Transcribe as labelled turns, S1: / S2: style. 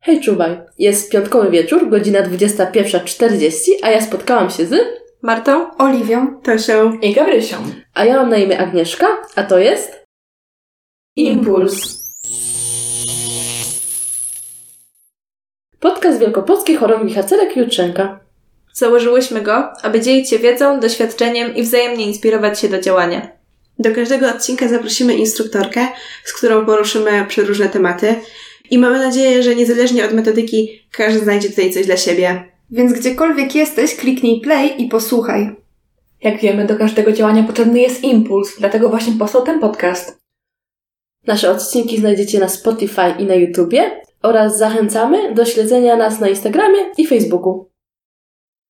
S1: Hej, czuwaj. Jest piątkowy wieczór, godzina 21.40, a ja spotkałam się z...
S2: Martą?
S3: Oliwią,
S2: Tosią.
S4: I Gabrysią.
S1: A ja mam na imię Agnieszka, a to jest...
S4: Impuls.
S1: Podcast Wielkopolskiej Choroby Hacerek i Jutrzenka.
S2: Założyłyśmy go, aby dzielić się wiedzą, doświadczeniem i wzajemnie inspirować się do działania.
S5: Do każdego odcinka zaprosimy instruktorkę, z którą poruszymy przeróżne tematy i mamy nadzieję, że niezależnie od metodyki każdy znajdzie tutaj coś dla siebie.
S3: więc gdziekolwiek jesteś, kliknij play i posłuchaj.
S4: Jak wiemy, do każdego działania potrzebny jest impuls, dlatego właśnie powstał ten podcast.
S1: Nasze odcinki znajdziecie na Spotify i na YouTubie oraz zachęcamy do śledzenia nas na Instagramie i Facebooku.